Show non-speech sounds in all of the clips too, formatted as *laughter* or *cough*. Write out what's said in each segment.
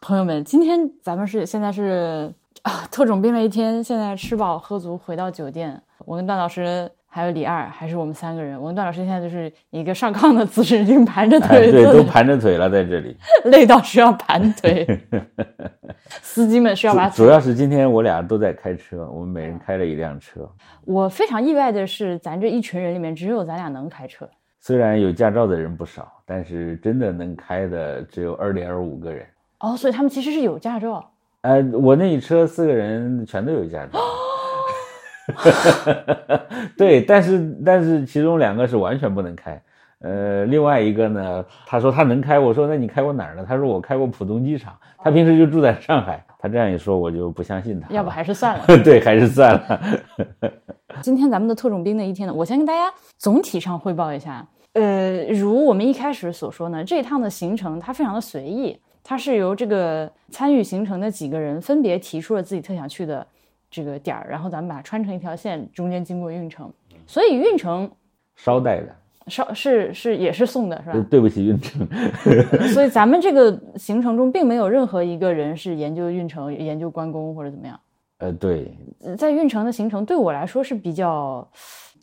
朋友们，今天咱们是现在是啊，特种兵了一天，现在吃饱喝足回到酒店，我跟段老师还有李二，还是我们三个人，我跟段老师现在就是一个上炕的姿势，已经 *laughs* 盘着哎，腿坐在，对，都盘着腿了，在这里。累到需要盘 *laughs* 腿，司机们需要把主主要是今天我俩都在开车，我们每人开了一辆车。我非常意外的是，咱这一群人里面只有咱俩能开车，虽然有驾照的人不少，但是真的能开的只有二点五个人。哦，所以他们其实是有驾照。哎，我那一车四个人全都有驾照。 *laughs* 对，但是但是其中两个是完全不能开，呃，另外一个呢，他说他能开，我说那你开过哪儿呢？他说我开过浦东机场，他平时就住在上海。他这样一说，我就不相信他了。要不还是算了。 *laughs* 对，还是算了。 *laughs* 今天咱们的特种兵的一天呢，我先跟大家总体上汇报一下。呃，如我们一开始所说呢，这一趟的行程它非常的随意，它是由这个参与行程的几个人分别提出了自己特想去的这个点儿，然后咱们把它穿成一条线，中间经过运城，所以运城捎带的，是是是也是送的是吧呃？对不起，运城。所以咱们这个行程中并没有任何一个人是研究运城、研究关公或者怎么样。呃，对，呃在运城的行程对我来说是比较，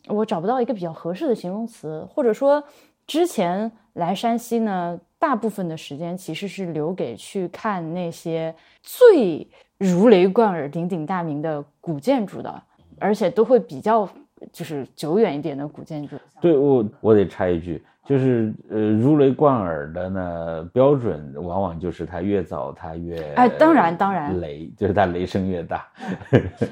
我找不到一个比较合适的形容词，或者说之前来山西呢，大部分的时间其实是留给去看那些最如雷贯耳、鼎鼎大名的古建筑的，而且都会比较就是久远一点的古建筑。对我我得插一句，就是呃，如雷贯耳的呢，标准往往就是它越早它越哎当然当然雷就是它雷声越大。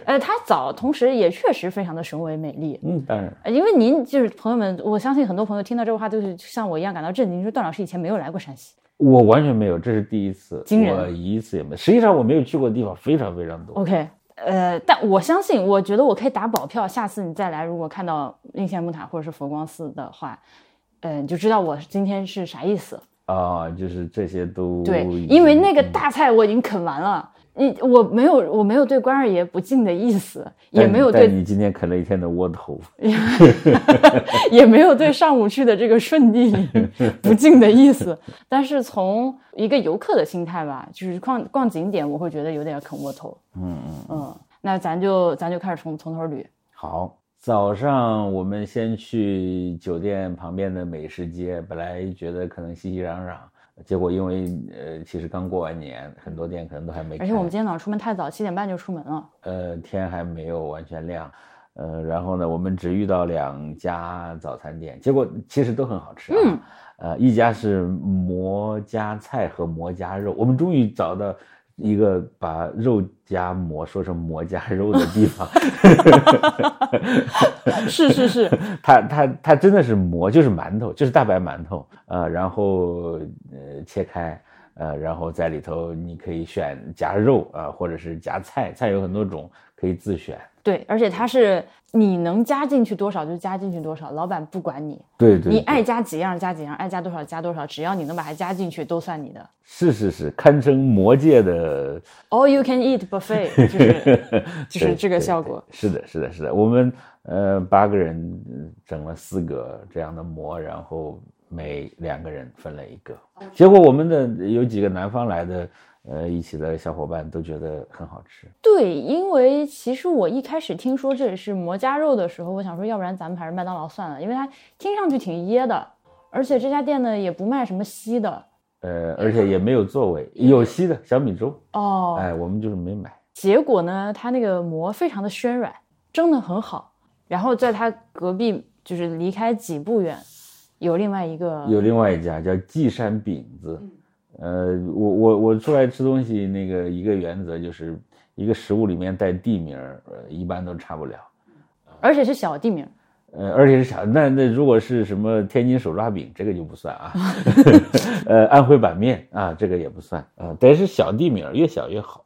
呃，它早，同时也确实非常的雄伟美丽。嗯，当然，呃因为您就是朋友们，我相信很多朋友听到这个话都是像我一样感到震惊，说段老师以前没有来过山西。我完全没有，这是第一次，惊人我一次也没。实际上我没有去过的地方非常非常多。 OK，呃，但我相信，我觉得我可以打保票，下次你再来，如果看到应县木塔或者是佛光寺的话，呃，你就知道我今天是啥意思。啊，就是这些都哦对，已因为经那个大菜我已经啃完了。你我没有我没有对关二爷不敬的意思，也但没有但对你今天啃了一天的窝头，也没有对上午去的这个顺地 *laughs* 不敬的意思，但是从一个游客的心态吧，就是逛逛景点，我会觉得有点啃窝头。嗯嗯。嗯，那咱就咱就开始从从头捋。好，早上我们先去酒店旁边的美食街，本来觉得可能熙熙攘攘，结果因为呃，其实刚过完年，很多店可能都还没开，而且我们今天早上出门太早，七点半就出门了。呃天还没有完全亮，呃，然后呢，我们只遇到两家早餐店，结果其实都很好吃、啊，嗯，呃，一家是馍加菜和馍加肉，我们终于找到。一个把肉加馍说成馍加肉的地方，啊 *laughs* 是是是，它它它真的是馍，就是馒头，就是大白馒头，呃，然后呃切开，呃，然后在里头你可以选夹肉啊、呃或者是夹菜，菜有很多种，可以自选。对，而且它是你能加进去多少就加进去多少，老板不管你，对对你爱加几样加几样，爱加多少加多少，只要你能把它加进去都算你的。是是是，堪称魔界的 All you can eat buffet *laughs* *laughs* 就是 *laughs* 就是对这个对效对果。是的，是的，是的，我们呃八个人嗯整了四个这样的馍，然后每两个人分了一个。结果我们的有几个南方来的呃一起的小伙伴都觉得很好吃。对，因为其实我一开始听说这里是馍夹肉的时候，我想说，要不然咱们还是麦当劳算了，因为它听上去挺噎的，而且这家店呢也不卖什么稀的呃，而且也没有座位，有稀的小米粥，哦。哎，我们就是没买。结果呢，它那个膜非常的暄软，蒸的很好。然后在它隔壁，就是离开几步远，有另外一个有另外一家叫稷山饼子，呃，我我我出来吃东西那个一个原则就是一个食物里面带地名儿，呃，一般都差不了。而且是小地名，呃，而且是小，那那如果是什么天津手抓饼，这个就不算啊。呃，安徽板面啊，这个也不算啊、得是小地名儿，越小越好。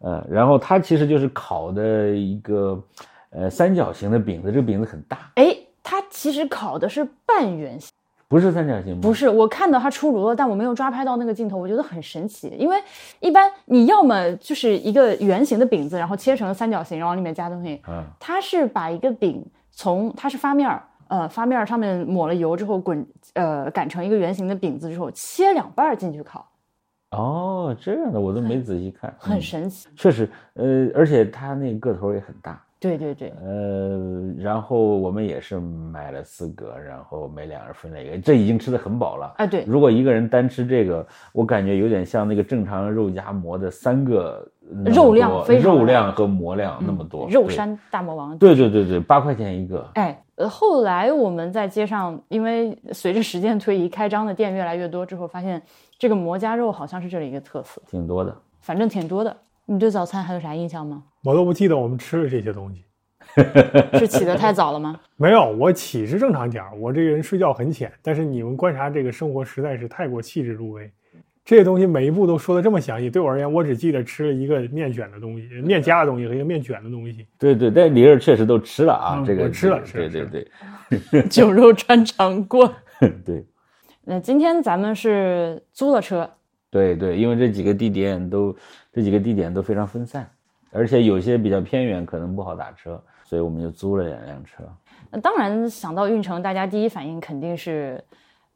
呃，然后它其实就是烤的一个呃三角形的饼子，这个饼子很大。哎，它其实烤的是半圆形，不是三角形吗？不是。我看到它出炉了，但我没有抓拍到那个镜头，我觉得很神奇。因为一般你要么就是一个圆形的饼子，然后切成三角形，然后往里面加东西，啊，它是把一个饼从它是发面儿，呃，发面儿上面抹了油之后滚，呃，擀成一个圆形的饼子之后切两半儿进去烤。啊、哦，这样的我都没仔细看，很嗯神奇。确实，呃，而且它那个头儿也很大，对对对，呃，然后我们也是买了四个，然后每两人分了一个，这已经吃的很饱了。啊对，如果一个人单吃这个，我感觉有点像那个正常肉夹馍的三个那么肉量多非常肉大量和馍量那嗯么多，肉对。山大魔王。对对对对，八块钱一个。哎，呃，后来我们在街上，因为随着时间推移，开张的店越来越多之后，发现这个馍夹肉好像是这里一个特色，挺多的，反正挺多的。你对早餐还有啥印象吗？我都不记得我们吃了这些东西。是起得太早了吗？ *laughs* 没有，我起是正常点儿，我这个人睡觉很浅。但是你们观察这个生活实在是太过细致入微，这些东西每一步都说的这么详细。对我而言，我只记得吃了一个面卷的东西、面夹的东西和一个面卷的东西。对对，但李儿确实都吃了啊，嗯这个我吃了这吃了个对吃对对酒肉穿肠过。对 *laughs* 那今天咱们是租了车，对对，因为这几个地点都这几个地点都非常分散，而且有些比较偏远，可能不好打车，所以我们就租了两辆车。那当然想到运城，大家第一反应肯定是，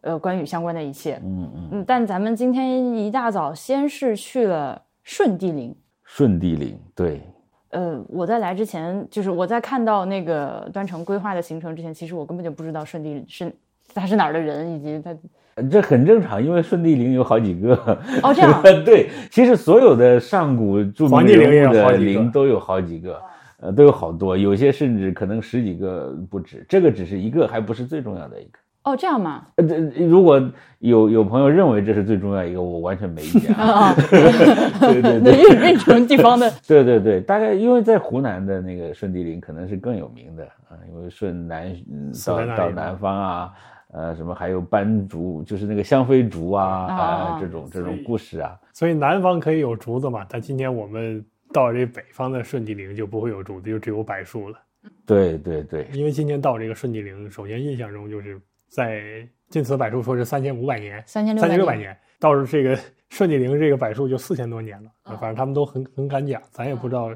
呃，关羽相关的一切。嗯嗯，嗯，但咱们今天一大早先是去了顺帝陵。顺帝陵对，呃，我在来之前，就是我在看到那个端城规划的行程之前，其实我根本就不知道顺帝是他是哪儿的人，以及他呃这很正常，因为顺帝陵有好几个。哦这 *laughs* 样 *laughs* 对，其实所有的上古著名黄帝陵也人有物好的几个陵都有好几个，呃，都有好多，有些甚至可能十几个不止。这个只是一个，还不是最重要的一个。哦这样嘛，呃，这如果有有朋友认为这是最重要一个，我完全没意见啊。 *laughs* 对对那对运运城地方的对对对，大概因为在湖南的那个顺帝陵可能是更有名的啊，因为顺南嗯死到在那到里吗南方啊，呃什么还有斑竹，就是那个香妃竹啊啊啊、啊这种这哦所种以故事啊，所以南方可以有竹子嘛，但今天我们到这北方的顺帝陵就不会有竹子，就只有柏树了。对对对因为今天到这个顺帝陵，首先印象中就是在晋祠柏树说是三千五百年， *laughs* 三千六三百千六百年，年，到时候这个 *laughs* 顺帝陵这个柏树就四千多年了。哦反正他们都很很敢讲，咱也不知道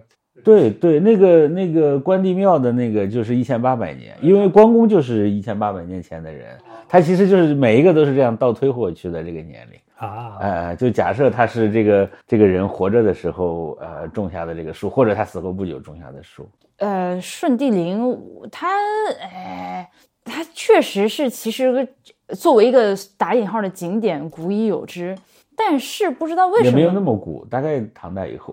对对，那个那个关帝庙的那个就是一千八百年，因为关公就是一千八百年前的人，哦他其实就是每一个都是这样倒推回去的这个年龄。啊。哎呃，就假设他是这个这个人活着的时候，呃，种下的这个树，或者他死后不久种下的树。呃，顺帝陵，它哎，它确实是其实作为一个打引号的景点，古已有之。但是不知道为也什没有么那，么古，大概唐代以后。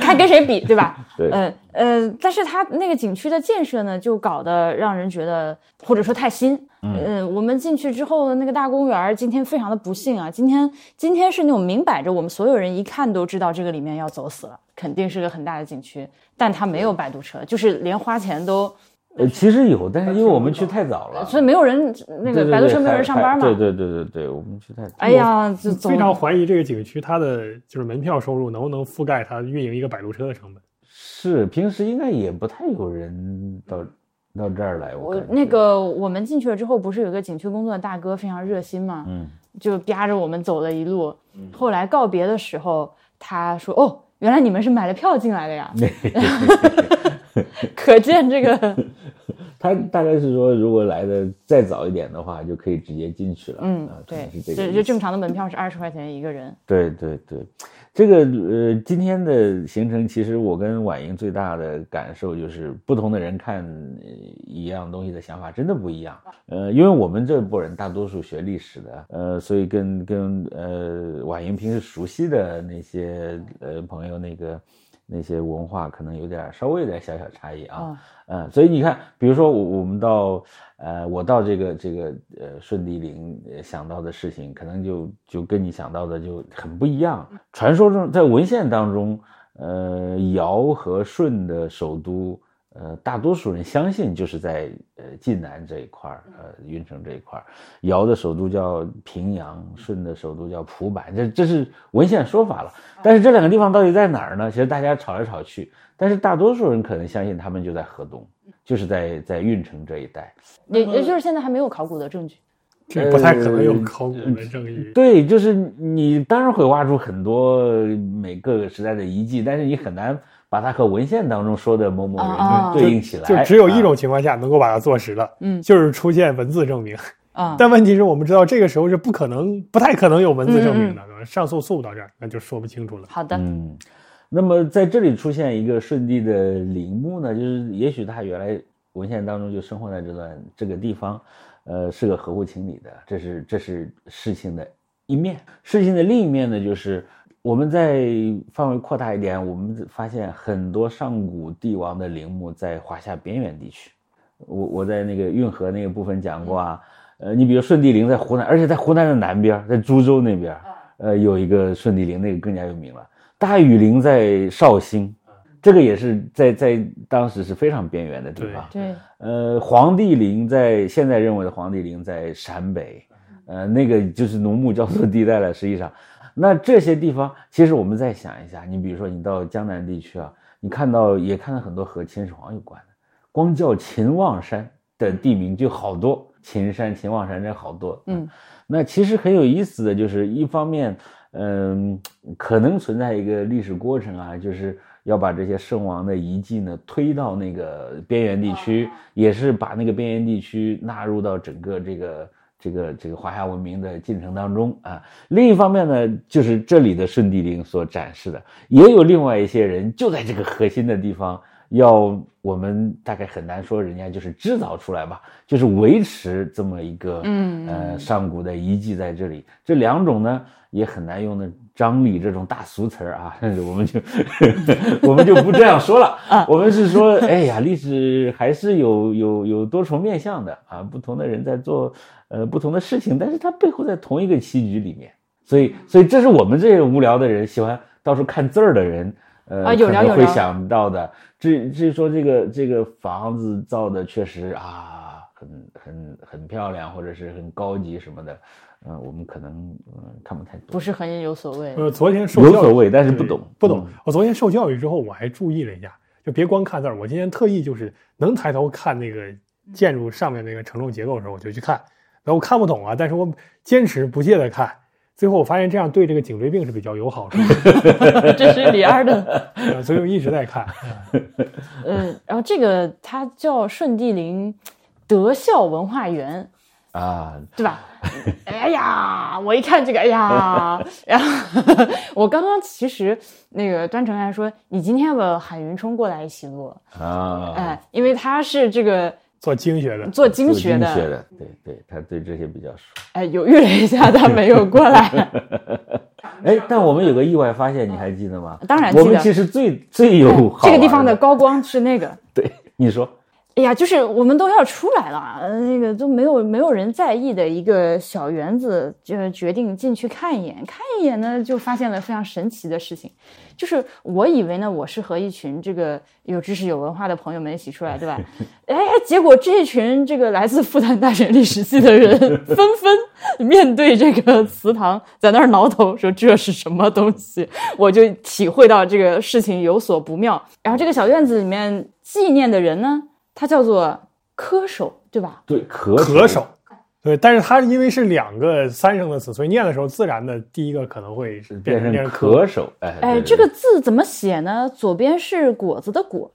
看跟谁比，对吧？ *laughs* 对，呃呃，但是它那个景区的建设呢，就搞得让人觉得，或者说太新。嗯、我们进去之后，那个大公园儿今天非常的不幸啊，今天今天是那种明摆着我们所有人一看都知道这个里面要走死了，肯定是个很大的景区，但它没有摆渡车，就是连花钱都，呃，其实有，但是因为我们去太早了，所以没有人呃那对个对摆渡对车没有还人上班嘛。还对对对对对，我们去太早。哎呀，这总非常怀疑这个景区它的就是门票收入能不能覆盖它运营一个摆渡车的成本。是平时应该也不太有人到到这儿来，我我感觉那，个我们进去了之后，不是有一个景区工作的大哥非常热心吗？嗯，就扒着我们走了一路。后来告别的时候，他说：“哦，原来你们是买了票进来的 *laughs* 呀！”可见这个， *laughs* 他大概是说，如果来的再早一点的话，就可以直接进去了。嗯啊，可对能是，这个这意这思正常的门票是二十块钱一个人。对对对，这个呃，今天的行程其实我跟婉莹最大的感受就是，不同的人看呃一样东西的想法真的不一样。呃，因为我们这波人大多数学历史的，呃，所以跟跟呃婉莹平时熟悉的那些呃朋友那个那些文化可能有点儿稍微有点小小差异啊。哦嗯，所以你看，比如说我我们到呃，我到这个这个呃顺帝陵呃想到的事情，可能就就跟你想到的就很不一样。传说中在文献当中，呃，尧和舜的首都，呃，大多数人相信就是在呃晋南这一块儿，呃，运城这一块儿。尧的首都叫平阳，舜的首都叫蒲坂，这这是文献说法了。但是这两个地方到底在哪儿呢？其实大家吵来吵去，但是大多数人可能相信他们就在河东，就是在在运城这一带。也也就是现在还没有考古的证据。这不太可能有考古的证据。呃嗯对，就是你当然会挖出很多每各个时代的遗迹，但是你很难把它和文献当中说的某某啊啊啊人对应起来。就只有啊一种情况下能够把它坐实了，嗯就是出现文字证明。啊啊，但问题是我们知道这个时候是不可能、不太可能有文字证嗯明的，对吧上诉诉不到这儿，那就说不清楚了。好的，嗯，那么在这里出现一个舜帝的陵墓呢，就是也许他原来文献当中就生活在这段这个地方，呃，是个合乎情理的，这是这是事情的一面。事情的另一面呢，就是我们在范围扩大一点，我们发现很多上古帝王的陵墓在华夏边缘地区。我我在那个运河那个部分讲过啊，呃，你比如舜帝陵在湖南，而且在湖南的南边，在株洲那边，呃，有一个舜帝陵，那个更加有名了。大禹陵在绍兴，这个也是在在当时是非常边缘的地方。对，呃，黄帝陵在现在认为的黄帝陵在陕北，呃，那个就是农牧交错地带了。实际上，那这些地方，其实我们再想一下，你比如说你到江南地区啊，你看到也看到很多和秦始皇有关的，光叫秦望山的地名就好多，秦山、秦望山这好多。嗯，那其实很有意思的就是，一方面，嗯，可能存在一个历史过程啊，就是要把这些圣王的遗迹呢推到那个边缘地区，也是把那个边缘地区纳入到整个这个这个这个华夏文明的进程当中啊。另一方面呢，就是这里的舜帝陵所展示的，也有另外一些人就在这个核心的地方。要我们大概很难说人家就是制造出来吧，就是维持这么一个嗯呃上古的遗迹在这里。这两种呢也很难用的张力这种大俗词儿啊， *laughs* 我们就我们就不这样说了。我们是说，哎呀，历史还是有有有多重面向的啊，不同的人在做呃不同的事情，但是它背后在同一个棋局里面。所以，所以这是我们这些无聊的人，喜欢到处看字儿的人，呃，啊有可聊能有会聊想到的。至至于说这个这个房子造的确实啊，很很很漂亮，或者是很高级什么的，嗯、我们可能嗯、看不太懂，不是很有所谓，呃，昨天受有教育所谓，但是不对懂，不懂嗯。我昨天受教育之后，我还注意了一下，就别光看字儿。我今天特意就是能抬头看那个建筑上面那个承重结构的时候，我就去看。然后我看不懂啊，但是我坚持不懈的看。最后我发现这样对这个颈椎病是比较有好处的 *laughs* 这是李二的。呃，所以我一直在看。嗯，然后这个它叫舜帝陵德孝文化园，啊，对吧？哎呀，我一看这个，哎 *laughs* 呀，然后我刚刚其实那个端成还说，你今天要不要喊云冲过来一起录？啊，哎，因为他是这个做经学的，做做经学的，学的，对对，他对这些比较熟。哎，犹豫了一下，他没有过 *laughs* 来。哎，但我们有个意外发现，你还记得吗？当然记我得们其实最最有好这个地玩方的，高光是那个，对你说，哎呀，就是我们都要出来了，呃那个都没有没有人在意的一个小园子，就决定进去看一眼。看一眼呢，就发现了非常神奇的事情，就是我以为呢，我是和一群这个有知识、有文化的朋友们一起出来，对吧？哎，结果这群这个来自复旦大学历史系的人纷纷面对这个祠堂，在那儿挠头说这是什么东西， *laughs* 我就体会到这个事情有所不妙。然后这个小院子里面纪念的人呢，他叫做柯首，对吧？对，咳咳手。对，但是它因为是两个三声的词，所以念的时候自然的第一个可能会是变变成成变成咳手，哎哎，对这对个字怎么写呢？左边是果子的果，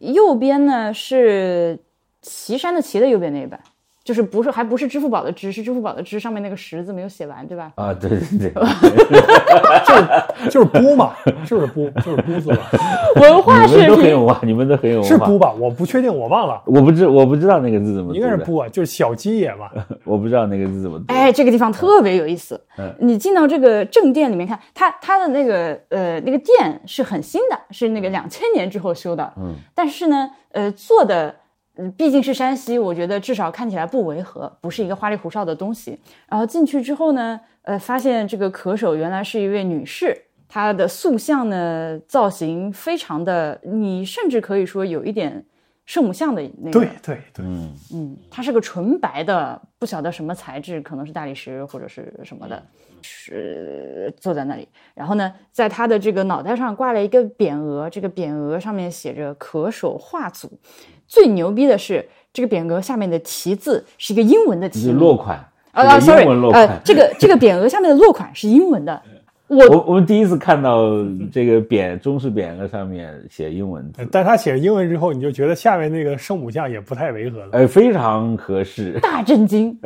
右边呢是岐山的岐的右边那一半，就是不是还不是支付宝的支，是支付宝的支上面那个十字没有写完，对 *laughs* 吧？啊，对对对，就是波嘛，就是波，就是 *laughs* 波字吧，文化你们水都很平有文化，你们都很有是文化。波吧？我不确定，我忘了，我不知我不知道那个字怎么读应该是的，波啊，就是小鸡也吧。我不知道那个字怎么读。哎，这个地方特别有意思。嗯你进到这个正殿里面看，它它的那个呃那个殿是很新的，是那个两千年之后修的。嗯，但是呢，呃，做的嗯毕竟是山西，我觉得至少看起来不违和，不是一个花里胡哨的东西。然后进去之后呢，呃，发现这个可手原来是一位女士，她的塑像呢造型非常的，你甚至可以说有一点圣母像的那个对对对，嗯，嗯，它是个纯白的，不晓得什么材质，可能是大理石或者是什么的，嗯是坐在那里。然后呢，在他的这个脑袋上挂了一个匾额，这个匾额上面写着“可手画组”。最牛逼的是，这个匾额下面的题字是一个英文的就是题，落款啊这啊个，sorry，英文落呃款，。这个这个匾额下面的落款是英文的， *laughs* 我我们第一次看到这个匾中式匾额上面写英文字，但他写英文之后，你就觉得下面那个圣母像也不太违和了。哎，非常合适。 *laughs* 大震惊。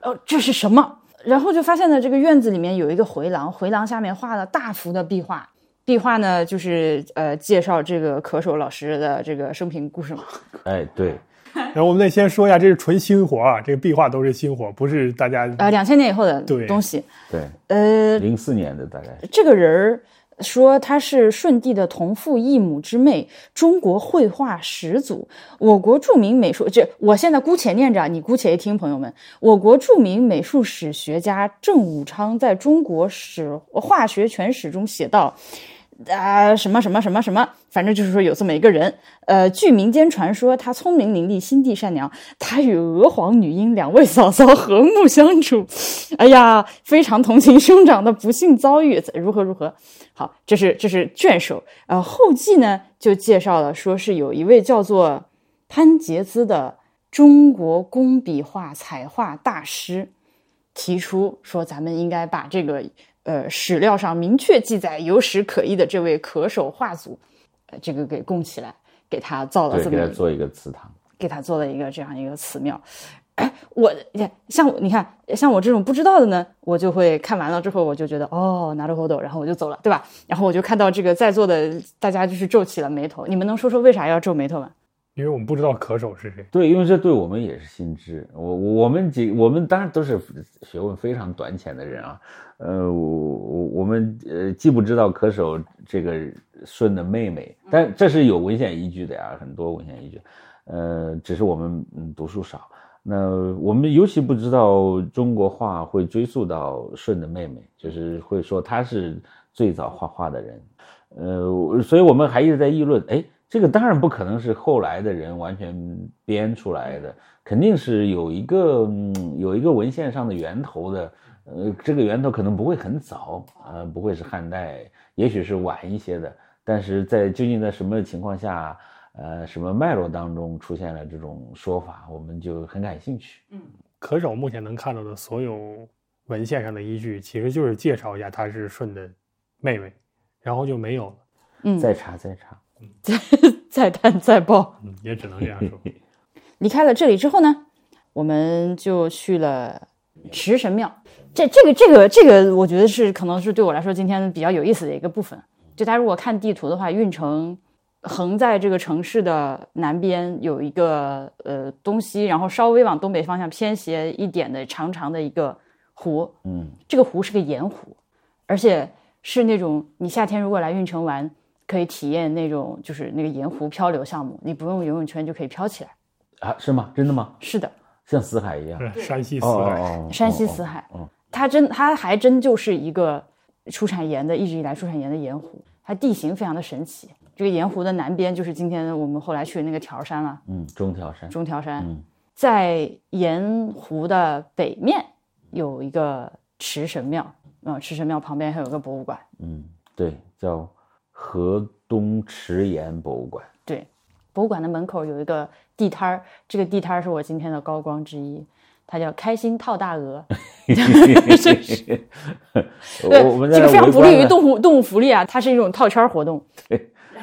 呃，这是什么？然后就发现呢，这个院子里面有一个回廊，回廊下面画了大幅的壁画，壁画呢就是呃介绍这个可守老师的这个生平故事嘛。哎，对，然后我们得先说一下，这是纯新活啊，这个壁画都是新活，不是大家呃，两千年以后的对东西。对，呃，零四年的大概是，这个人儿说他是舜帝的同父异母之妹，中国绘画始祖，我国著名美术这我现在姑且念着啊，你姑且一听，朋友们，我国著名美术史学家郑武昌在中国史化学全史中写道。啊、什么什么什么什么，反正就是说有这么一个人。呃，据民间传说，他聪明伶俐，心地善良，他与娥皇女英两位嫂嫂和睦相处。哎呀，非常同情兄长的不幸遭遇，如何如何。好，这是这是卷首。呃，后记呢就介绍了，说是有一位叫做潘杰兹的中国工笔画彩画大师，提出说咱们应该把这个呃史料上明确记载有史可依的这位可手画祖，呃，这个给供起来，给他造了对，这给么他一个做一个祠堂，给他做了一个这样一个祠庙。哎， *clears throat* 我像我你看，像我这种不知道的呢，我就会看完了之后，我就觉得哦，拿着后斗，然后我就走了，对吧？然后我就看到这个在座的大家就是皱起了眉头。你们能说说为啥要皱眉头吗？ *laughs* 因为我们不知道可手是谁。对，因为这对我们也是新知。我我我们几我们当然都是学问非常短浅的人啊，呃，我我我们呃既不知道可守这个舜的妹妹，但这是有文献依据的呀，很多文献依据，呃，只是我们嗯读书少。那我们尤其不知道中国画会追溯到舜的妹妹，就是会说她是最早画画的人，呃，我所以我们还一直在议论，哎，这个当然不可能是后来的人完全编出来的，肯定是有一个、嗯、有一个文献上的源头的，呃，这个源头可能不会很早，呃，不会是汉代，也许是晚一些的，但是在究竟在什么情况下，呃，什么脉络当中出现了这种说法，我们就很感兴趣。可手目前能看到的所有文献上的依据，其实就是介绍一下她是舜的妹妹，然后就没有了，嗯，再查再查，再探再报。嗯，也只能这样说。离开了这里之后呢，我们就去了池神庙。这这个这个这个，我觉得是可能是对我来说今天比较有意思的一个部分。就大家如果看地图的话，运城横在这个城市的南边有一个呃东西，然后稍微往东北方向偏斜一点的长长的一个湖，嗯，这个湖是个盐湖，而且是那种你夏天如果来运城玩，可以体验那种就是那个盐湖漂流项目，你不用游泳圈就可以漂起来。啊，是吗？真的吗？是的，像死海一样？嗯山西四哦海，哦哦山西哦死海，哦它真它还真就是一个出产盐的，一直以来出产盐的盐湖，它地形非常的神奇。这个盐湖的南边就是今天我们后来去的那个条山了，嗯，中条山。中条山。嗯在盐湖的北面有一个池神庙，啊、池神庙旁边还有个博物馆。嗯，对，叫河东池盐博物 *laughs* 馆。对，博物馆的门口有一个地摊儿，这个地摊儿是我今天的高光之一，它叫“开心套大鹅”。对，我 *laughs* 我们在这个非那常围不利观于了，动物动物福利啊，它是一种套圈儿活动。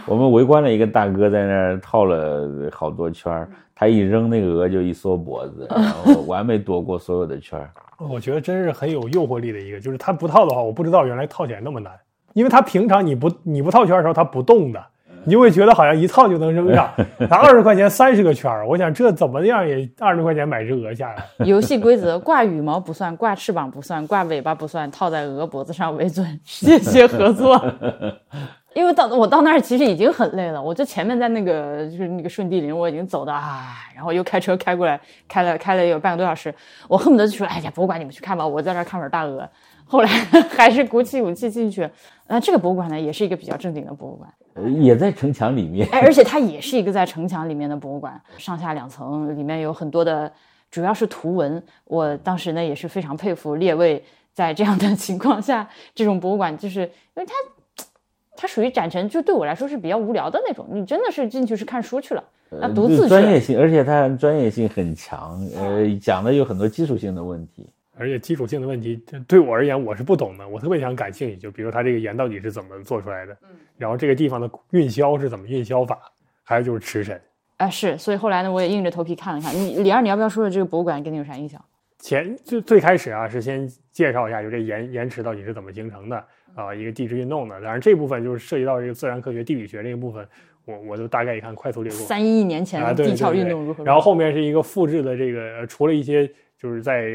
我们围观了一个大哥在那儿套了好多圈儿，他一扔那个鹅就一缩脖子，然后完美躲过所有的圈儿。我觉得真是很有诱惑力的一个，就是它不套的话，我不知道原来套起来那么难，因为它平常你不你不套圈的时候它不动的，你就会觉得好像一套就能扔上，拿二十块钱三十个圈儿，我想这怎么样也二十块钱买只鹅下来，游戏规则：挂羽毛不算，挂翅膀不算，挂尾巴不算，套在鹅脖子上为准。谢谢合作。 *laughs* 因为到我到那儿其实已经很累了，我就前面在那个就是那个顺地林，我已经走的啊，然后又开车开过来，开了开了有半个多小时，我恨不得就说哎呀，博物馆你们去看吧，我在这儿看会儿大鹅。后来 *laughs* 还是鼓起勇气进去。那这个博物馆呢，也是一个比较正经的博物馆，呃也在城墙 *laughs* 里面，哎，而且它也是一个在城墙里面的博物馆，上下两层，里面有很多的，主要是图文。我当时呢也是非常佩服列位，在这样的 *laughs* 情况下，这种博物馆就是因为它，它属于展陈，就对我来说是比较无聊的那种。你真的是进去是看书去了，那呃啊独自去专了。业性，而且他专业性很强，呃，讲的有很多技术性的问题。而且基础性的问题这对我而言我是不懂的，我特别想感兴趣，就比如它这个盐到底是怎么做出来的，然后这个地方的运销是怎么运销法，还有就是池神。哎啊，是，所以后来呢，我也硬着头皮看了一下。你李二，你要不要说说这个博物馆给你有啥印象？前最最开始啊，是先介绍一下，就这盐盐池到底是怎么形成的啊、一个地质运动的。当然这部分就是涉及到这个自然科学、地理学这个部分，我我就大概一看，快速略过。三亿年前啊的对地壳对运对动如何如何？然后后面是一个复制的这个，呃除了一些就是在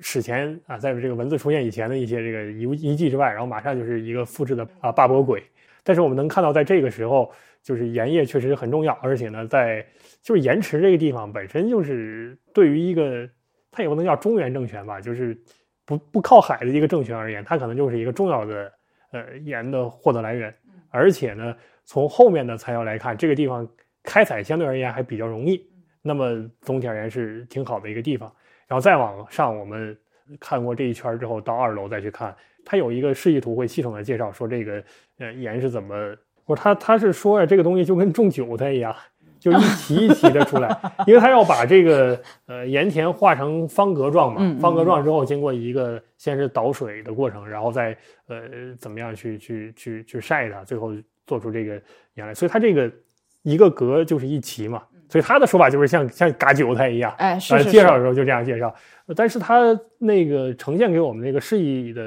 史前啊，在这个文字出现以前的一些这个遗物遗迹之外，然后马上就是一个复制的啊霸波鬼。但是我们能看到，在这个时候，就是盐业确实很重要，而且呢，在就是盐池这个地方本身就是对于一个它也不能叫中原政权吧，就是不不靠海的一个政权而言，它可能就是一个重要的呃盐的获得来源。嗯而且呢，从后面的材料来看，这个地方开采相对而言还比较容易，嗯那么总体而言是挺好的一个地方。然后再往上，我们看过这一圈之后，到二楼再去看，它有一个示意图会系统的介绍说这个呃盐是怎么，我他他是说呀、这个东西就跟种韭菜一样。就一齐一齐的 *laughs* 出来，因为他要把这个呃盐田化成方格状嘛，嗯嗯方格嗯状之后经过一个先是导水的过程，然后再呃怎么样去去去去晒它，最后做出这个盐来。所以它这个一个格就是一齐嘛，所以他的说法就是像像嘎韭菜一样。哎，嗯是呃，是是，介绍的时候就这样介绍，呃但是他那个呈现给我们那个示意的，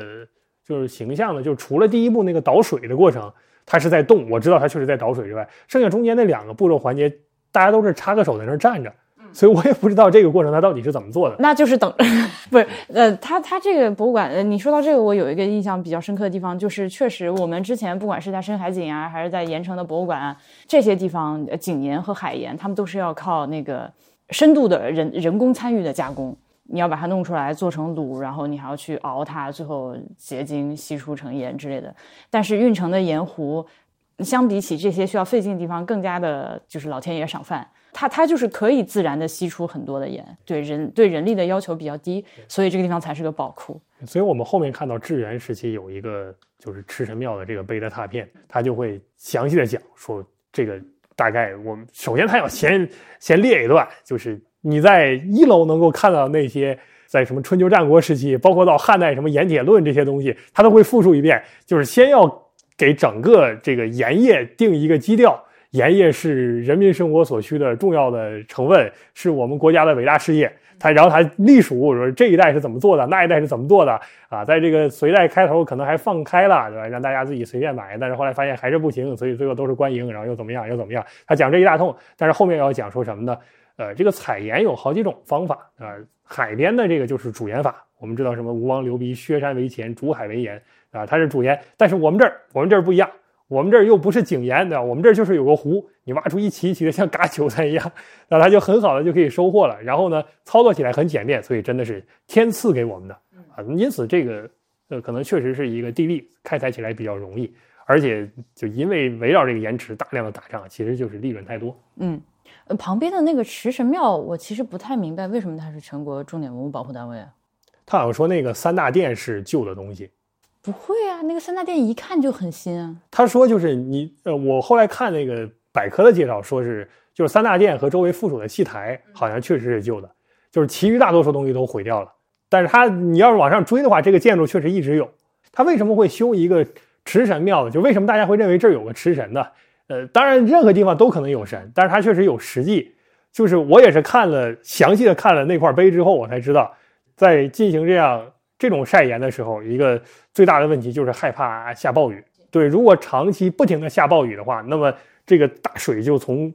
就是形象呢，就除了第一步那个导水的过程，它是在动，我知道它确实在导水之外，剩下中间那两个步骤环节，大家都是插个手在那儿站着，嗯所以我也不知道这个过程它到底是怎么做的。那就是等， *laughs* 不是呃，他他这个博物馆，呃你说到这个，我有一个印象比较深刻的地方，就是确实我们之前不管是在深海井啊，还是在盐城的博物馆啊，这些地方，呃井盐和海盐，他们都是要靠那个深度的人人工参与的加工。你要把它弄出来做成卤，然后你还要去熬它，最后结晶析出成盐之类的。但是运城的盐湖，相比起这些需要费劲的地方，更加的就是老天爷赏饭。它它就是可以自然的吸出很多的盐，对人对人力的要求比较低，所以这个地方才是个宝库。所以我们后面看到智元时期有一个就是池神庙的这个碑的拓片，他就会详细的讲说这个大概我们首先他要先先列一段，就是你在一楼能够看到那些。在什么春秋战国时期，包括到汉代什么盐铁论这些东西，他都会复述一遍。就是先要给整个这个盐业定一个基调，盐业是人民生活所需的重要的成分，是我们国家的伟大事业。它然后它隶属说这一代是怎么做的，那一代是怎么做的啊？在这个隋代开头可能还放开了，对吧？让大家自己随便买，但是后来发现还是不行，所以最后都是官营，然后又怎么样又怎么样。他讲这一大通，但是后面要讲说什么呢？呃，这个采盐有好几种方法啊、呃海边的这个就是煮盐法，我们知道什么吴王刘鼻削山为钱，煮海为盐啊、它是煮盐。但是我们这儿我们这儿不一样，我们这儿又不是井盐，对吧？我们这儿就是有个湖，你挖出一齐一齐的像嘎韭菜一样，那它就很好的就可以收获了。然后呢，操作起来很简便，所以真的是天赐给我们的啊。因此，这个呃，可能确实是一个地利开采起来比较容易，而且就因为围绕这个盐池大量的打仗，其实就是利润太多。嗯，呃，旁边的那个池神庙，我其实不太明白为什么它是全国重点文物保护单位啊？他好像说那个三大殿是旧的东西，不会啊，那个三大殿一看就很新啊。他说就是你呃，我后来看那个百科的介绍，说是就是三大殿和周围附属的戏台好像确实是旧的，就是其余大多数东西都毁掉了。但是他你要是往上追的话，这个建筑确实一直有。他为什么会修一个池神庙呢？就为什么大家会认为这儿有个池神呢？呃，当然任何地方都可能有神，但是它确实有实际。就是我也是看了详细的看了那块碑之后，我才知道，在进行这样这种晒盐的时候，一个最大的问题就是害怕下暴雨。对，如果长期不停的下暴雨的话，那么这个大水就从，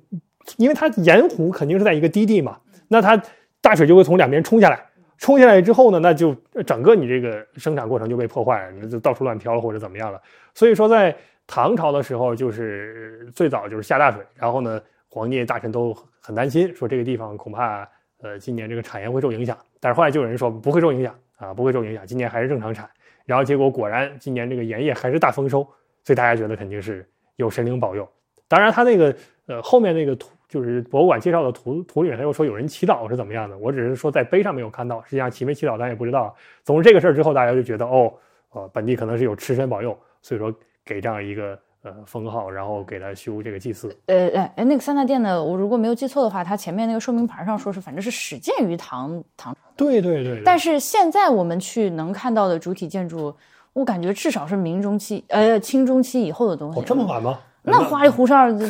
因为它盐湖肯定是在一个低地嘛，那它大水就会从两边冲下来，冲下来之后呢，那就整个你这个生产过程就被破坏了，你就到处乱飘了或者怎么样了。所以说，在唐朝的时候，就是最早就是下大水，然后呢，皇帝大臣都很担心，说这个地方恐怕呃今年这个产盐会受影响。但是后来就有人说不会受影响啊，不会受影响，今年还是正常产。然后结果果然今年这个盐业还是大丰收，所以大家觉得肯定是有神灵保佑。当然，他那个呃后面那个图就是博物馆介绍的图图里面，他又说有人祈祷是怎么样的，我只是说在碑上没有看到，实际上祈没祈祷咱也不知道。总之这个事儿之后，大家就觉得哦，呃本地可能是有吃神保佑，所以说给这样一个呃封号，然后给他修这个祭祀。呃，哎，哎那个三大殿呢，我如果没有记错的话，它前面那个说明牌上说是，反正是始建于唐唐对对对但是是现在我们去能看到的主体建筑，我感觉至少是明中期，呃，清中期以后的东西。哦这么晚吗？那花里胡哨 *laughs* 的，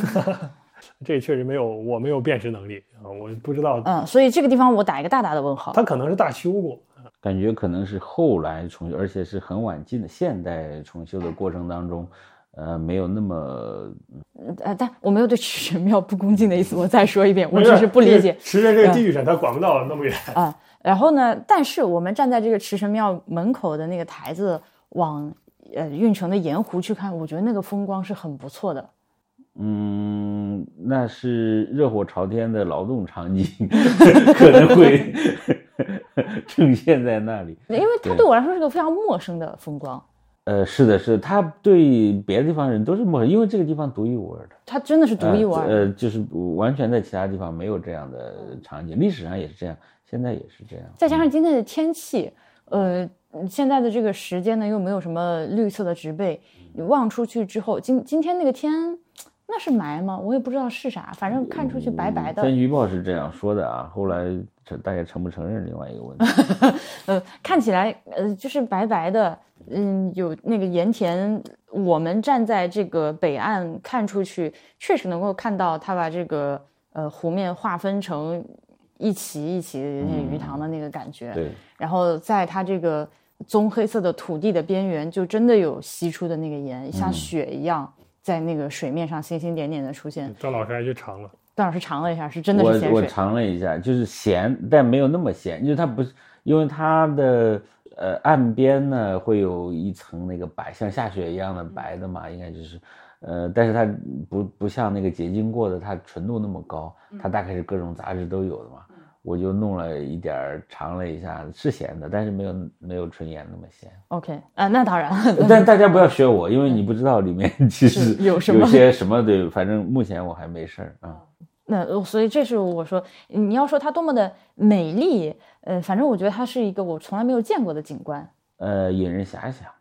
这确实没有，我没有辨识能力啊、我不知道，哦嗯，所以这个地方我打一个大大的问号。他可能是大修过，感觉可能是后来重修，而且是很晚近的现代重修的过程当中，呃，没有那么呃，但我没有对池神庙不恭敬的意思，我再说一遍，我没事只是不理解。嗯池神这个地域上，他管不到那么远。啊。然后呢，但是我们站在这个池神庙门口的那个台子往呃运城的盐湖去看，我觉得那个风光是很不错的。嗯，那是热火朝天的劳动场景， *laughs* 可能会 *laughs* 呈现在那里。因为它对对我来说是个非常陌生的风光，呃，是的，是的，他对别的地方人都是陌生，因为这个地方独一无二的，它真的是独一无二。呃。呃，就是完全在其他地方没有这样的场景，历史上也是这样，现在也是这样。再加上今天的天气，呃，现在的这个时间呢又没有什么绿色的植被，你望出去之后，今今天那个天。那是霾吗？我也不知道是啥，反正看出去白白的。天气预报是这样说的啊，后来承大家承不承认另外一个问题。 *laughs* 呃，看起来呃就是白白的，嗯，有那个盐田。我们站在这个北岸看出去，确实能够看到它把这个呃湖面划分成一齐一齐的那个鱼塘的那个感觉。嗯对，然后在它这个棕黑色的土地的边缘，就真的有析出的那个盐，像雪一样。在那个水面上星星点点的出现，赵老师还去尝了，段老师尝了一下，是真的是咸我我水，尝了一下，就是咸，但没有那么咸，就是它不是，因为它的呃岸边呢会有一层那个白，像下雪一样嗯的白的嘛，应该就是，呃，但是它不不像那个结晶过的，它纯度那么高，嗯它大概是各种杂质都有的嘛。我就弄了一点儿，尝了一下，是咸的，但是没有没有纯盐那么咸。 OK 啊、那当然，但大家不要学我，因为你不知道里面其实是有什么些什么对，反正目前我还没事儿啊。 *laughs* 那呃所以这是我说，你要说它多么的美丽，呃，反正我觉得它是一个我从来没有见过的景观。呃，引人遐想。嗯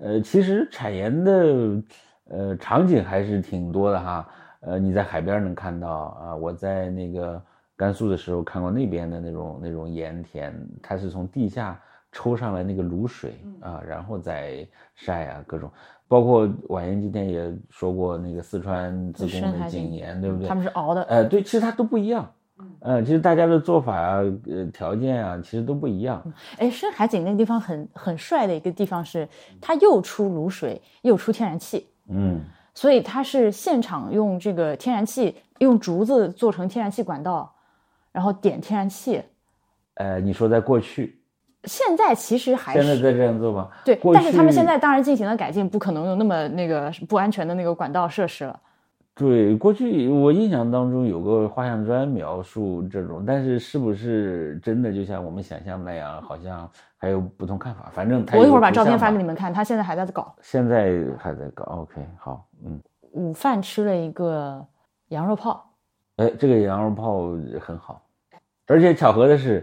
呃，其实产盐的呃场景还是挺多的哈。呃，你在海边儿能看到啊，我在那个甘肃的时候看过那边的那种那种盐田，它是从地下抽上来那个卤水嗯啊，然后再晒啊各种。包括婉言今天也说过那个四川自深贡的海井井盐，对不对他？们是熬的，嗯呃，对，其实它都不一样。呃，其实大家的做法啊，呃，条件啊，其实都不一样。哎，深海井那个地方很很帅的一个地方是，它又出卤水又出天然气，嗯。所以它是现场用这个天然气，用竹子做成天然气管道，然后点天然气。呃，你说在过去，现在其实还现在是在这样做吗？对，过但是他们去现在当然进行了改进，不可能有那么那个不安全的那个管道设施了。对，过去我印象当中有个画像砖描述这种，但是是不是真的就像我们想象那样，好像还有不同看法。反正它我一有会儿个把图照片像发嘛给你们看，他现在还在搞。现在还在搞，OK，好，嗯，午饭吃了一个羊肉泡，哎，这个羊肉泡很好，而且巧合的是，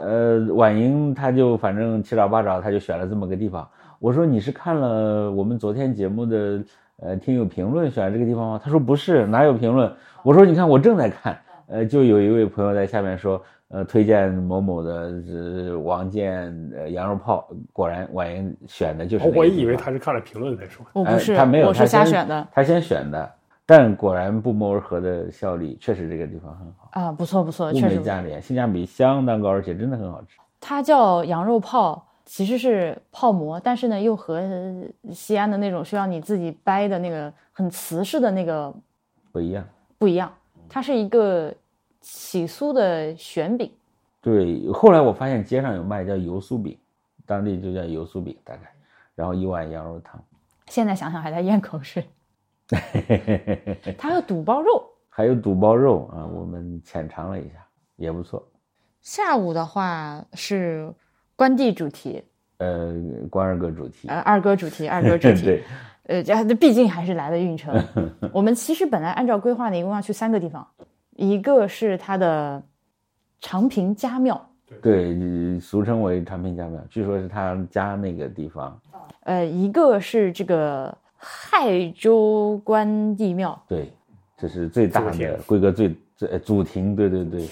呃，婉莹她就反正七找八找，她就选了这么个地方。我说你是看了我们昨天节目的呃听友评论选这个地方吗？她说不是，哪有评论？我说你看我正在看，呃，就有一位朋友在下面说，呃，推荐某某的、呃、王健呃羊肉泡，果然婉莹选的就是那个地我方。也以为他是看了评论才说。我哎哦不是，他没有，我他是瞎先选的啊、他先选的，但果然不谋而合的效力，确实这个地方很好，啊不错不错，物哦确美实不错。价廉，性价比相当高，而且真的很好吃。它叫羊肉泡，其实是泡馍，但是呢又和西安的那种需要你自己掰的那个很瓷实的那个不一样。不一样，它是一个起酥的旋饼。对，后来我发现街上有卖叫油酥饼，当地就叫油酥饼，大概，然后一碗羊肉汤， *laughs* 现在想想还在咽口水。它还有肚包肉，还有肚包肉啊，我们浅尝了一下，也不错。下午的话是关帝主题，呃，关二哥主题，呃，二哥主题，二 *laughs* 哥主题。对，呃，这这毕竟还是来了运城。我们其实本来按照规划呢，一共要去三个地方，一个是它的长平家庙，对，俗称为长平家庙，据说是他家那个地方，呃，一个是这个亥州关帝庙，对，这是最大祖的庭规格最最呃祖庭，对对对，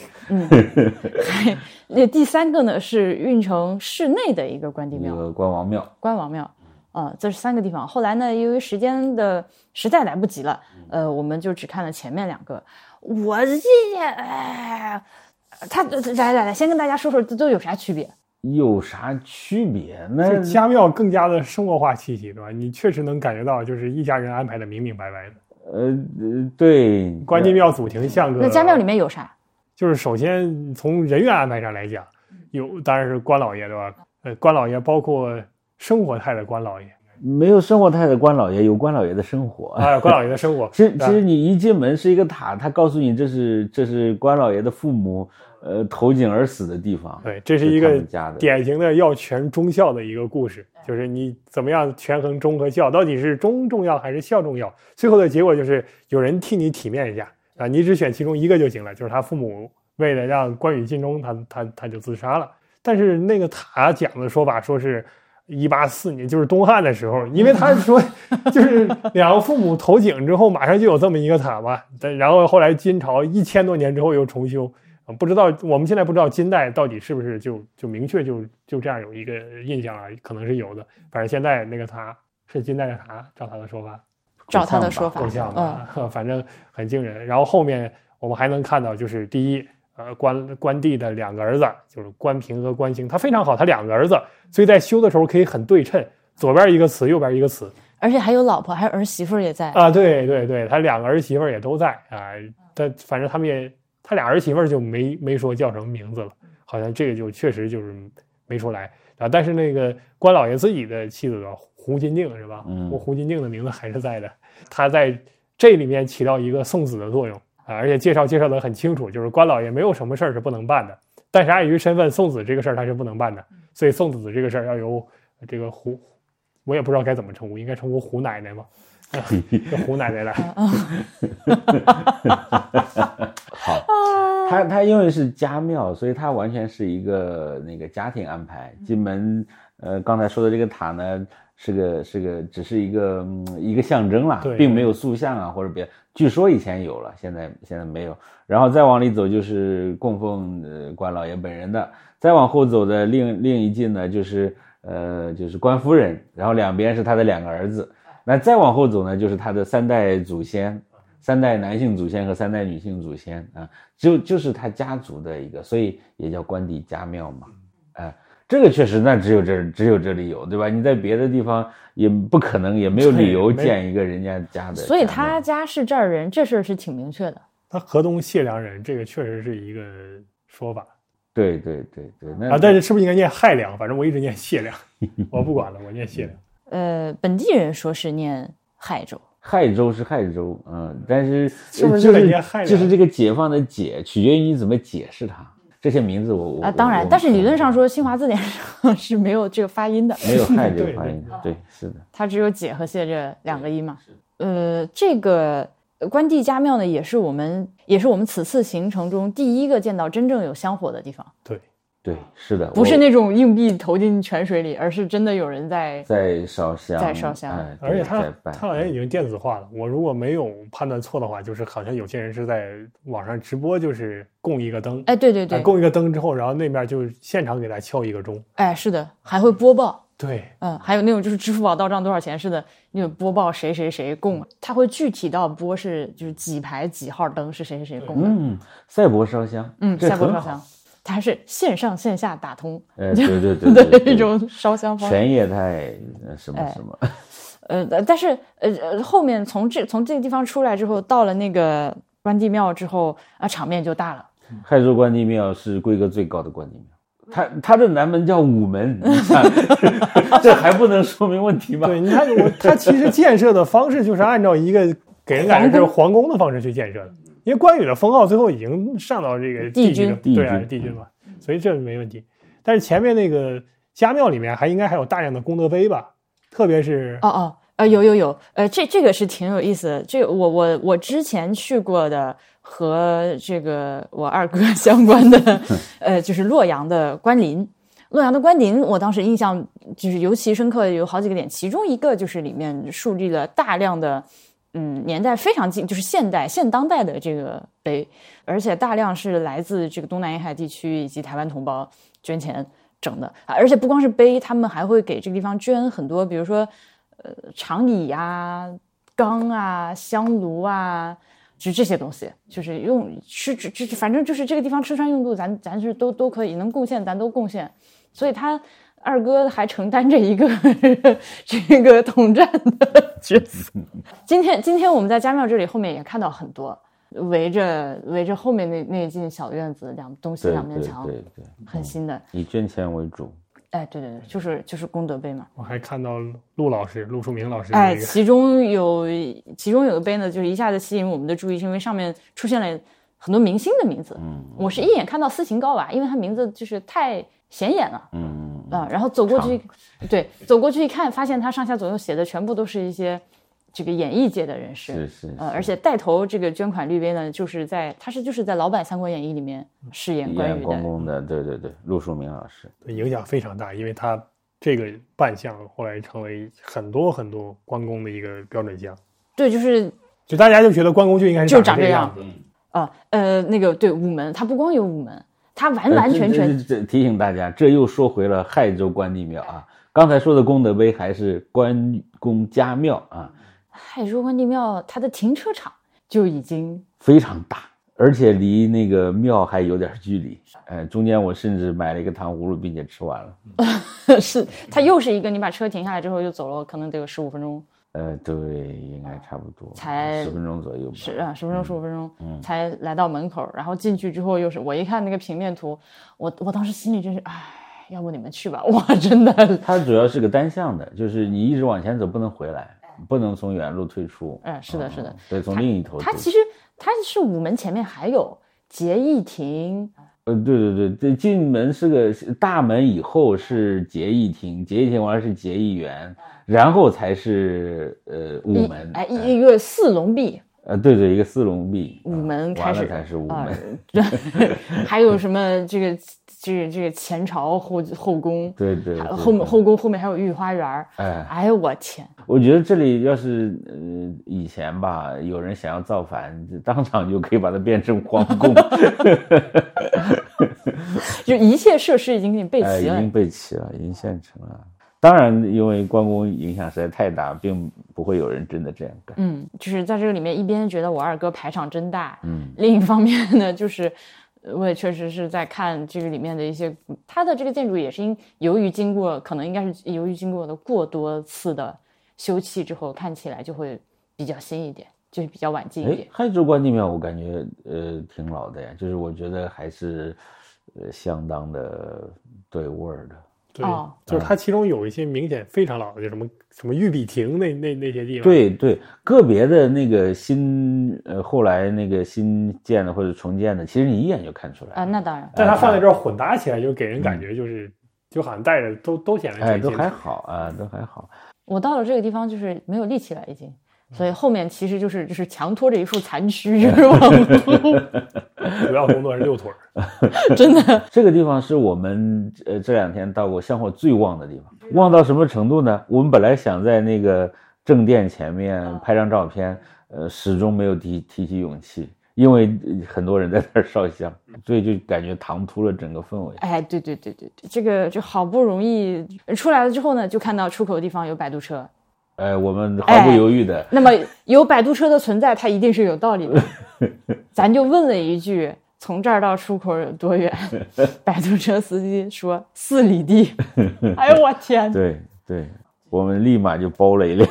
那第三个呢是运城市内的一个关帝那庙，嗯个关王庙，关王庙。呃，这是三个地方。后来呢，由于时间的实在来不及了，呃，我们就只看了前面两个。我这，哎，他来来来，先跟大家说说这都有啥区别。有啥区别？那就家庙更加的生活化气息，对吧？你确实能感觉到，就是一家人安排的明明白白的。呃呃对，关帝庙祖庭像个那家庙里面有啥？就是首先从人员安排上来讲，有当然是关老爷对吧？呃，关老爷包括生活态的关老爷，没有生活态的关老爷，有关老爷的生活。。啊，关老爷的生活其实，其对实你一进门是一个塔，他告诉你这是这是关老爷的父母，呃，投井而死的地方。对，这是一他个们家的典型的要权忠孝的一个故事，就是你怎么样权衡忠和孝，到底是忠重要还是孝重要？最后的结果就是有人替你体面一下啊，你只选其中一个就行了。就是他父母为了让关羽尽忠，他他他就自杀了。但是那个塔讲的说法说是。一八四年，就是东汉的时候，因为他说，就是两个父母投井之后，马上就有这么一个塔嘛。但然后后来金朝一千多年之后又重修，啊，不知道我们现在不知道金代到底是不是就就明确就就这样有一个印象啊，可能是有的。反正现在那个塔是金代的塔，照他的说法，照他的说法够像嗯的，啊 *laughs* 反正很惊人。然后后面我们还能看到，就是第一，呃，关关帝的两个儿子就是关平和关兴，他非常好，他两个儿子，所以在修的时候可以很对称，左边一个词，右边一个词，而且还有老婆，还有儿媳妇儿也在。啊，对对对，他两个儿媳妇儿也都在啊，他反正他们也，他俩儿媳妇儿就没没说叫什么名字了，好像这个就确实就是没出来啊。但是那个关老爷自己的妻子的胡金静是吧？嗯胡胡金静的名字还是在的，他在这里面起到一个送子的作用啊，而且介绍介绍的很清楚，就是关老爷没有什么事儿是不能办的，但是碍于身份，送子这个事儿他是不能办的，所以送子这个事儿要由这个胡。我也不知道该怎么称呼，应该称呼胡奶奶吗？ *laughs* 这胡奶奶来，好，他他因为是家庙，所以他完全是一个那个家庭安排。嗯进门，呃，刚才说的这个塔呢，是个是个只是一个、嗯一个象征啦对，并没有塑像啊或者别。据说以前有了，现在现在没有。然后再往里走就是供奉呃关老爷本人的，再往后走的另另一进呢就是呃就是关夫人，然后两边是他的两个儿子。那再往后走呢，就是他的三代祖先，三代男性祖先和三代女性祖先啊，就就是他家族的一个，所以也叫关帝家庙嘛。嗯哎、这个确实，那只有这儿只有这里有，对吧？你在别的地方也不可能，也没有理由对没建一个人家家的家庙。所以他家是这儿人，这事儿是挺明确的。他河东解良人，这个确实是一个说法对对对对，那啊。但是是不是应该念亥良？反正我一直念解良，我不管了，我念解良。嗯呃，本地人说是念亥州，亥州是亥州，嗯，但是是不是就就得是念亥就是呢这个解放的解，取决于你怎么解释它。这些名字我我啊，当我然，我但是理论上说，新华字典上 *laughs* 是没有这个发音的，没有亥这 *laughs* 对个发音，对，是的。它只有解和谢这两个音嘛。呃，这个呃关帝家庙呢，也是我们也是我们此次行程中第一个见到真正有香火的地方，对，对，是的，不是我那种硬币投进泉水里，而是真的有人在。在烧香，在烧香哎、而且对他在拜嗯他好像已经电子化了。我如果没有判断错的话，就是好像有些人是在网上直播，就是供一个灯，哎，对对啊对，供一个灯之后，然后那面就现场给他敲一个钟。哎，是的，还会播报。对，嗯，还有那种就是支付宝到账多少钱似的，那种播报谁谁谁供，他会具体到播是就是几排几号灯是谁谁谁供的。嗯，赛博烧香，嗯，这下播很烧好香，，它是线上线下打通哎，对对 *laughs* 对的对一种烧香方式。全业态呃什么哎什么，呃，呃但是呃呃，后面从这从这个地方出来之后，到了那个关帝庙之后啊，场面就大了。亥州关帝庙是规格最高的关帝庙。它它的南门叫午门，你看， *laughs* 这还不能说明问题吗？对，你看我他其实建设的方式就是按照一个给人感觉是皇宫的方式去建设的，因为关羽的封号最后已经上到这个帝君君了，对啊，帝君帝君嘛，所以这没问题。但是前面那个家庙里面还应该还有大量的功德碑吧，特别是哦哦，呃，有有有，呃，这这个是挺有意思的。这个我我我之前去过的和这个我二哥 *laughs* 相关的，呃，就是洛阳的关林。洛阳的关林，我当时印象就是尤其深刻，有好几个点，其中一个就是里面树立了大量的，嗯，年代非常近，就是现代现当代的这个碑，而且大量是来自这个东南沿海地区以及台湾同胞捐钱整的，啊而且不光是碑，他们还会给这个地方捐很多，比如说长椅啊、缸啊、香炉啊，就这些东西，就是用是这这反正就是这个地方吃穿用度，咱咱是都都可以能贡献，咱都贡献。所以他二哥还承担着一个 *laughs* 这个统战的角色。今天今天我们在家庙这里后面也看到很多围着围着后面那那一进小院子两东西对两面对墙对嗯对，很新的，以捐钱为主，哎，对对对，就是就是功德碑嘛。我还看到陆老师、陆树铭老师哎，那个，其中有其中有个杯呢，就是一下子吸引我们的注意，是因为上面出现了很多明星的名字。嗯我是一眼看到斯琴高娃，因为她名字就是太显眼了嗯，啊、然后走过去， *laughs* 对，走过去一看，发现他上下左右写的全部都是一些这个演艺界的人士。是是，呃，是而且带头这个捐款绿杯呢，就是在他是就是在老版《三国演义》里面饰演关演羽的关，公的，对对对，陆树铭老师，对影响非常大，因为他这个扮相后来成为很多很多关公的一个标准像，对，就是就大家就觉得关公就应该是就长长这这个样样子。啊呃那个对午门，他不光有午门，他完哎完全 *laughs* 全呃这这这提醒大家，这又说回了亥州关帝庙啊。刚才说的功德碑还是关公家庙啊，海珠关帝庙它的停车场就已 *laughs* 经非常大，而且离那个庙还有点距离。呃，中间我甚至买了一个糖葫芦，并且吃完了。嗯是，它又是一个你把车停下来之后就走了，可能得有十五分钟，呃，对，应该差不多，才十分钟左右吧。十啊十分钟十五分钟嗯才来到门口，然后进去之后又是我一看那个平面图，我我当时心里真是唉，要不你们去吧， *laughs* 哇，真的，它主要是个单向的，就是你一直往前走，不能回来，不能从原路退出。嗯，是的，嗯是的，，对，从另一头走。它其实它是午门前面还有结义亭，呃，对对对，这进门是个是大门，以后是结义亭，结义亭完了是结义园，然后才是呃午嗯一门，哎一一个四龙壁，呃对对，一个四龙壁，嗯午门完开了始才是午啊 *laughs* 门，，对，还有什么这个这个这个前朝后后宫，对对，还对后面对后宫后面还有御花园儿，哎，哎呦我天，我觉得这里要是呃以前吧，有人想要造反，当场就可以把它变成皇 *laughs* 宫，就一切设施已经给你备哎，齐已了。经备齐了，已经现成了。当然，因为关公影响实在太大，并不会有人真的这样干。嗯，就是在这个里面，一边觉得我二哥排场真大，嗯，另一方面呢，就是呃我也确实是在看这个里面的一些，它的这个建筑也是因由于经过，可能应该是由于经过了过多次的修葺之后，看起来就会比较新一点，就是比较晚近一哎点，。亥州关帝庙我感觉呃挺老的呀，就是我觉得还是呃相当的对味儿的。对哦，就嗯是它其中有一些明显非常老的，就什么什么玉笔亭那那那些地方，，对对，个别的那个新呃后来那个新建的或者重建的，其实你一眼就看出来啊，那当然，但它哎放在这儿混搭起来，就给人感觉就是、就好像带着都都显得嗯哎挺都新的还好啊，都还好。我到了这个地方就是没有力气了，已经，所以后面其实就是就是强拖着一副残躯 *laughs* 就是往后，主要工作是 *laughs* 遛腿儿，真的这个地方是我们呃这两天到过香火最旺的地方，旺到什么程度呢？我们本来想在那个正殿前面拍张照片，呃，始终没有提提起勇气，因为呃很多人在那儿烧香，所以就感觉唐突了整个氛围。哎，对对对对对，这个就好不容易出来了之后呢，就看到出口的地方有摆渡车。呃，我们毫不犹豫的，那么有摆渡车的存在，它一定是有道理的。咱就问了一句：从这儿到出口有多远？ *laughs* 摆渡车司机说四里地。哎呦我天！对对，我们立马就包了一辆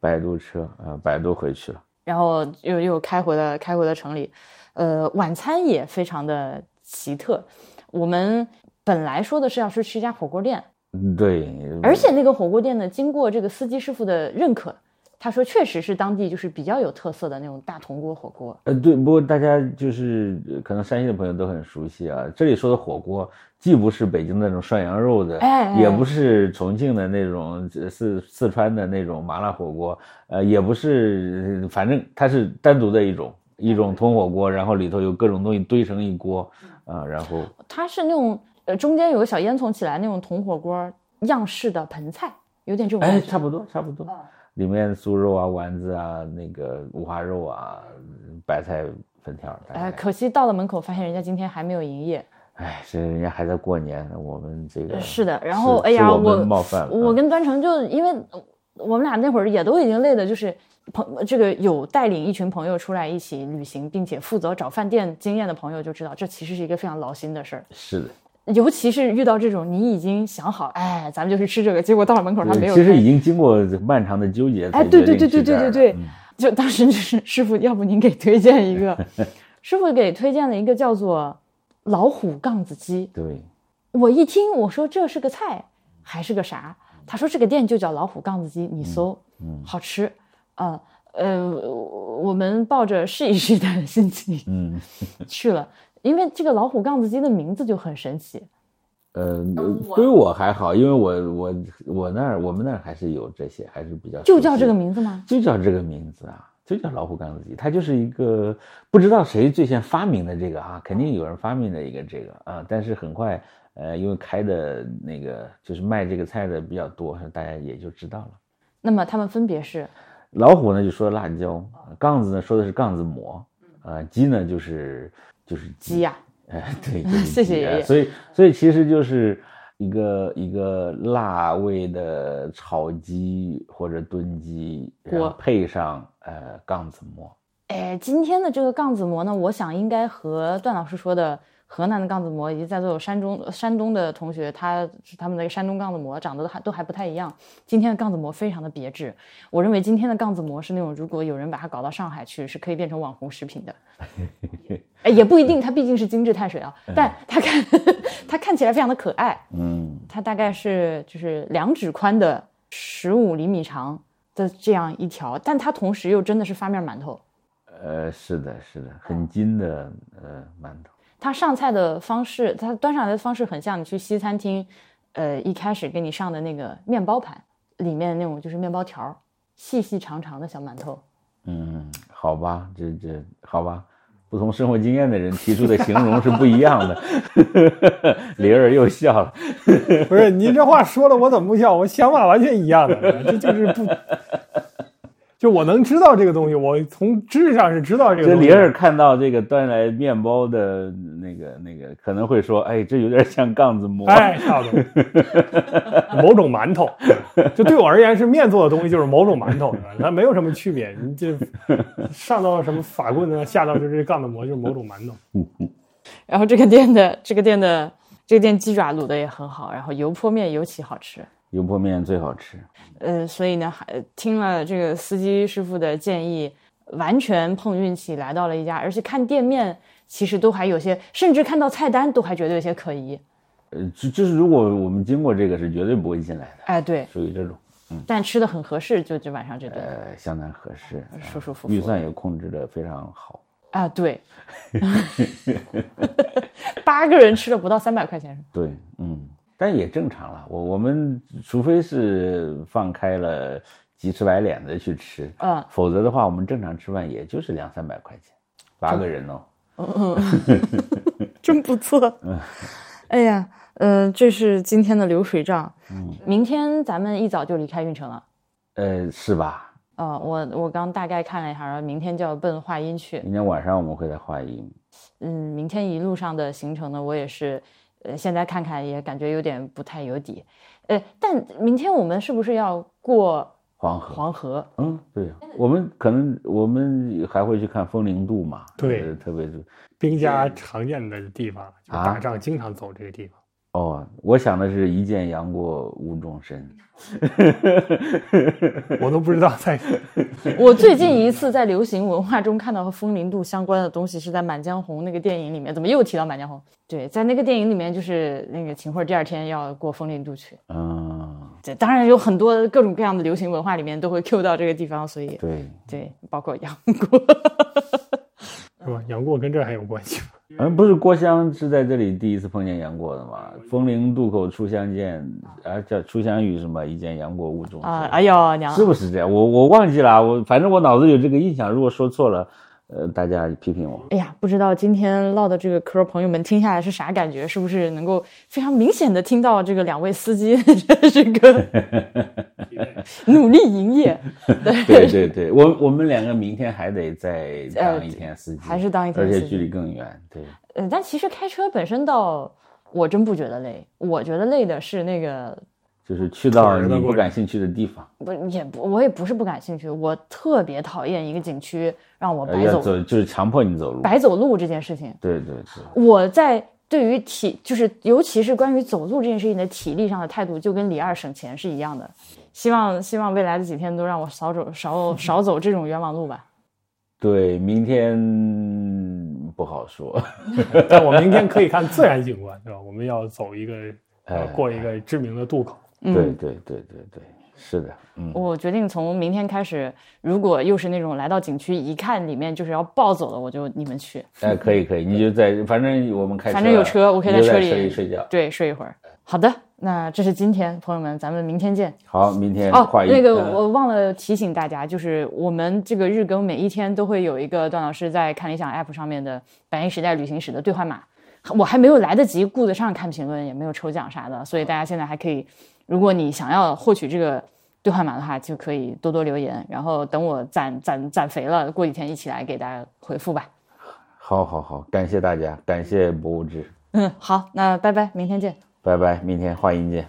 摆渡车啊、摆渡回去了。然后又又开回了开回了城里，呃，晚餐也非常的奇特。我们本来说的是要去吃一家火锅店，嗯对，而且那个火锅店呢，经过这个司机师傅的认可，他说确实是当地就是比较有特色的那种大铜锅火锅。呃，对，不过大家就是呃可能山西的朋友都很熟悉啊。这里说的火锅，既不是北京的那种涮羊肉的，哎哎也哎不是重庆的那种呃四四川的那种麻辣火锅，呃，也不是，呃反正它是单独的一种一种铜火锅，然后里头有各种东西堆成一锅嗯啊、然后它是那种呃中间有个小烟囱起来那种铜火锅样式的盆菜，有点这种哎，感觉。差不多差不嗯多，里面酥肉啊、丸子啊、那个五花肉啊、白菜粉条儿，大哎，概可惜到了门口发现人家今天还没有营业。哎，这人家还在过年，我们这个是的，然后是哎呀，是我我们冒犯了我嗯跟端成就因为我们俩那会儿也都已经累的，就是朋这个有带领一群朋友出来一起旅行，并且负责找饭店经验的朋友就知道，这其实是一个非常劳心的事儿。是的。尤其是遇到这种你已经想好，哎，咱们就是吃这个，结果到了门口他没有开。其实已经经过漫长的纠结才哎，对对决对对定去这对儿对的对，嗯就当时就是师傅，要不您给推荐一 *laughs* 个，师傅给推荐了一个叫做老虎杠子鸡。对，我一听我说这是个菜还是个啥？他说这个店就叫老虎杠子鸡，你搜，嗯好吃，啊、呃，我我们抱着试一试的 *laughs* 心情嗯去了，因为这个老虎杠子鸡的名字就很神奇。呃嗯，我归我还好，因为我我我那儿我们那儿还是有这些，还是比较就熟叫悉这个的名字吗？就叫这个名字啊，就叫老虎杠子鸡，它就是一个不知道谁最先发明的这个啊，肯定有人发明了一个这个啊，但是很快，呃，因为开的那个就是卖这个菜的比较多，大家也就知道了。那么他们分别是老虎呢就说辣椒，哦杠子呢说的是杠子馍，啊、鸡呢就是就是嗯鸡呀、哎， *laughs* *laughs* 对，就是谢谢鸡爷哎爷所以，所以其实就是一个一个辣味的炒鸡或者炖鸡，然后锅配上呃杠子馍。哎，今天的这个杠子馍呢，我想应该和段老师说的河南的杠子馍，以及在座有山中山东的同学，他他们的山东杠子馍长得都还都还不太一样。今天的杠子馍非常的别致，我认为今天的杠子馍是那种如果有人把它搞到上海去，是可以变成网红食品的。哎，也不一定，它毕竟是精致碳水啊，但它看它看起来非常的可爱。嗯，它大概是就是两指宽的，十五厘米长的这样一条，但它同时又真的是发面馒头。呃，是的，是的，嗯很筋的呃馒头。它上菜的方式，它端上来的方式很像你去西餐厅，呃，一开始给你上的那个面包盘里面那种就是面包条儿，细细长长的小馒头。嗯，好吧，这这好吧，不同生活经验的人提出的形容是不一样的。 *laughs* 灵儿又笑了。不是您这话说的，我怎么不笑？我想法完全一样 *laughs* 的，这就是不，就我能知道这个东西，我从知识上是知道这个这东西。灵儿看到这个端来面包的那个那个，可能会说，哎，这有点像杠子馍。哎，差不多， *laughs* 某种馒头，就对我而言是面做的东西，就是某种馒头，对吧它没有什么区别。你这上到什么法棍呢，下到就是杠子馍，就是某种馒头。然后这个店的这个店的这个店鸡爪卤的也很好，然后油泼面尤其好吃。油泼面最好吃。呃，所以呢，还听了这个司机师傅的建议，完全碰运气来到了一家，而且看店面其实都还有些，甚至看到菜单都还觉得有些可疑。呃，就就是如果我们经过这个是绝对不会进来的，哎，对，属于这种，但吃的很合适，就就晚上这顿。呃，相当合适，啊舒舒服服预算也控制的非常好。啊，对， *laughs* 八个人吃了不到三百块钱。对，嗯，但也正常了。我我们除非是放开了急赤白脸的去吃，嗯否则的话我们正常吃饭也就是两三百块钱，八个人哦。真不错。哎呀，嗯、这是今天的流水账。嗯，明天咱们一早就离开运城了。呃，是吧？呃，我我刚大概看了一下，然后明天就要奔华阴去。明天晚上我们会在华阴，嗯，明天一路上的行程呢，我也是，呃，现在看看也感觉有点不太有底。呃，但明天我们是不是要过黄河。黄河？嗯，对呀，我们可能我们还会去看风陵渡嘛，对呃特别是兵家常见的地方，就啊打仗经常走这个地方。哦，我想的是一箭杨过无中生，我都不知道在我最近一次在流行文化中看到和风铃度相关的东西是在《满江红》那个电影里面，怎么又提到《满江红》？对，在那个电影里面，就是那个秦桧第二天要过风铃渡去。嗯，对，当然有很多各种各样的流行文化里面都会 Q 到这个地方，所以对，对，包括杨过。是吧？杨过跟这还有关系吗？嗯，不是郭襄是在这里第一次碰见杨过的嘛？风陵渡口初相见，啊，叫初相遇什么？一见杨过无中生，啊，哎呦娘，是不是这样？我我忘记了啊，我反正我脑子有这个印象，如果说错了，呃，大家批 *laughs* 评我。哎呀，不知道今天唠的这个嗑儿，朋友们听下来是啥感觉？是不是能够非常明显的听到这个两位司机这 *laughs* 个努力营业？对对对，我我们两个明天还得再当一天司机，还是当一天而司且机距离更远，对。呃，但其实开车本身倒，我真不觉得累。我觉得累的是那个，就是去到腿儿的你过不程感兴趣的地方，不也不，我也不是不感兴趣，我特别讨厌一个景区让我呃白要走走就是强迫你走路。白走路这件事情。对对对，我在对于体，就是尤其是关于走路这件事情的体力上的态度，就跟李二省钱是一样的。希望希望未来的几天都让我少走少少走这种冤枉路吧。对，明天不好说。但我明天可以看自然景观，对吧？我们要走一个，哎呃，过一个知名的渡口。嗯对对对对对，是的，嗯，我决定从明天开始，如果又是那种来到景区一看里面就是要暴走的，我就你们去，哎，可以可以，你就在，反正我们开车，啊反正有车，我可以在你就车在里车里睡觉。对睡一会儿。好的，那这是今天，朋友们，咱们明天见。好，明天哦，画一那个嗯我忘了提醒大家，就是我们这个日更每一天都会有一个段老师在看理想 App 上面的《白银时代旅行史》的兑换码，我还没有来得及顾得上看评论，也没有抽奖啥的，所以大家现在还可以，如果你想要获取这个兑换码的话，就可以多多留言，然后等我攒攒攒肥了，过几天一起来给大家回复吧。好好好，感谢大家，感谢博物志，嗯，好，那拜拜，明天见。拜拜，明天画音见。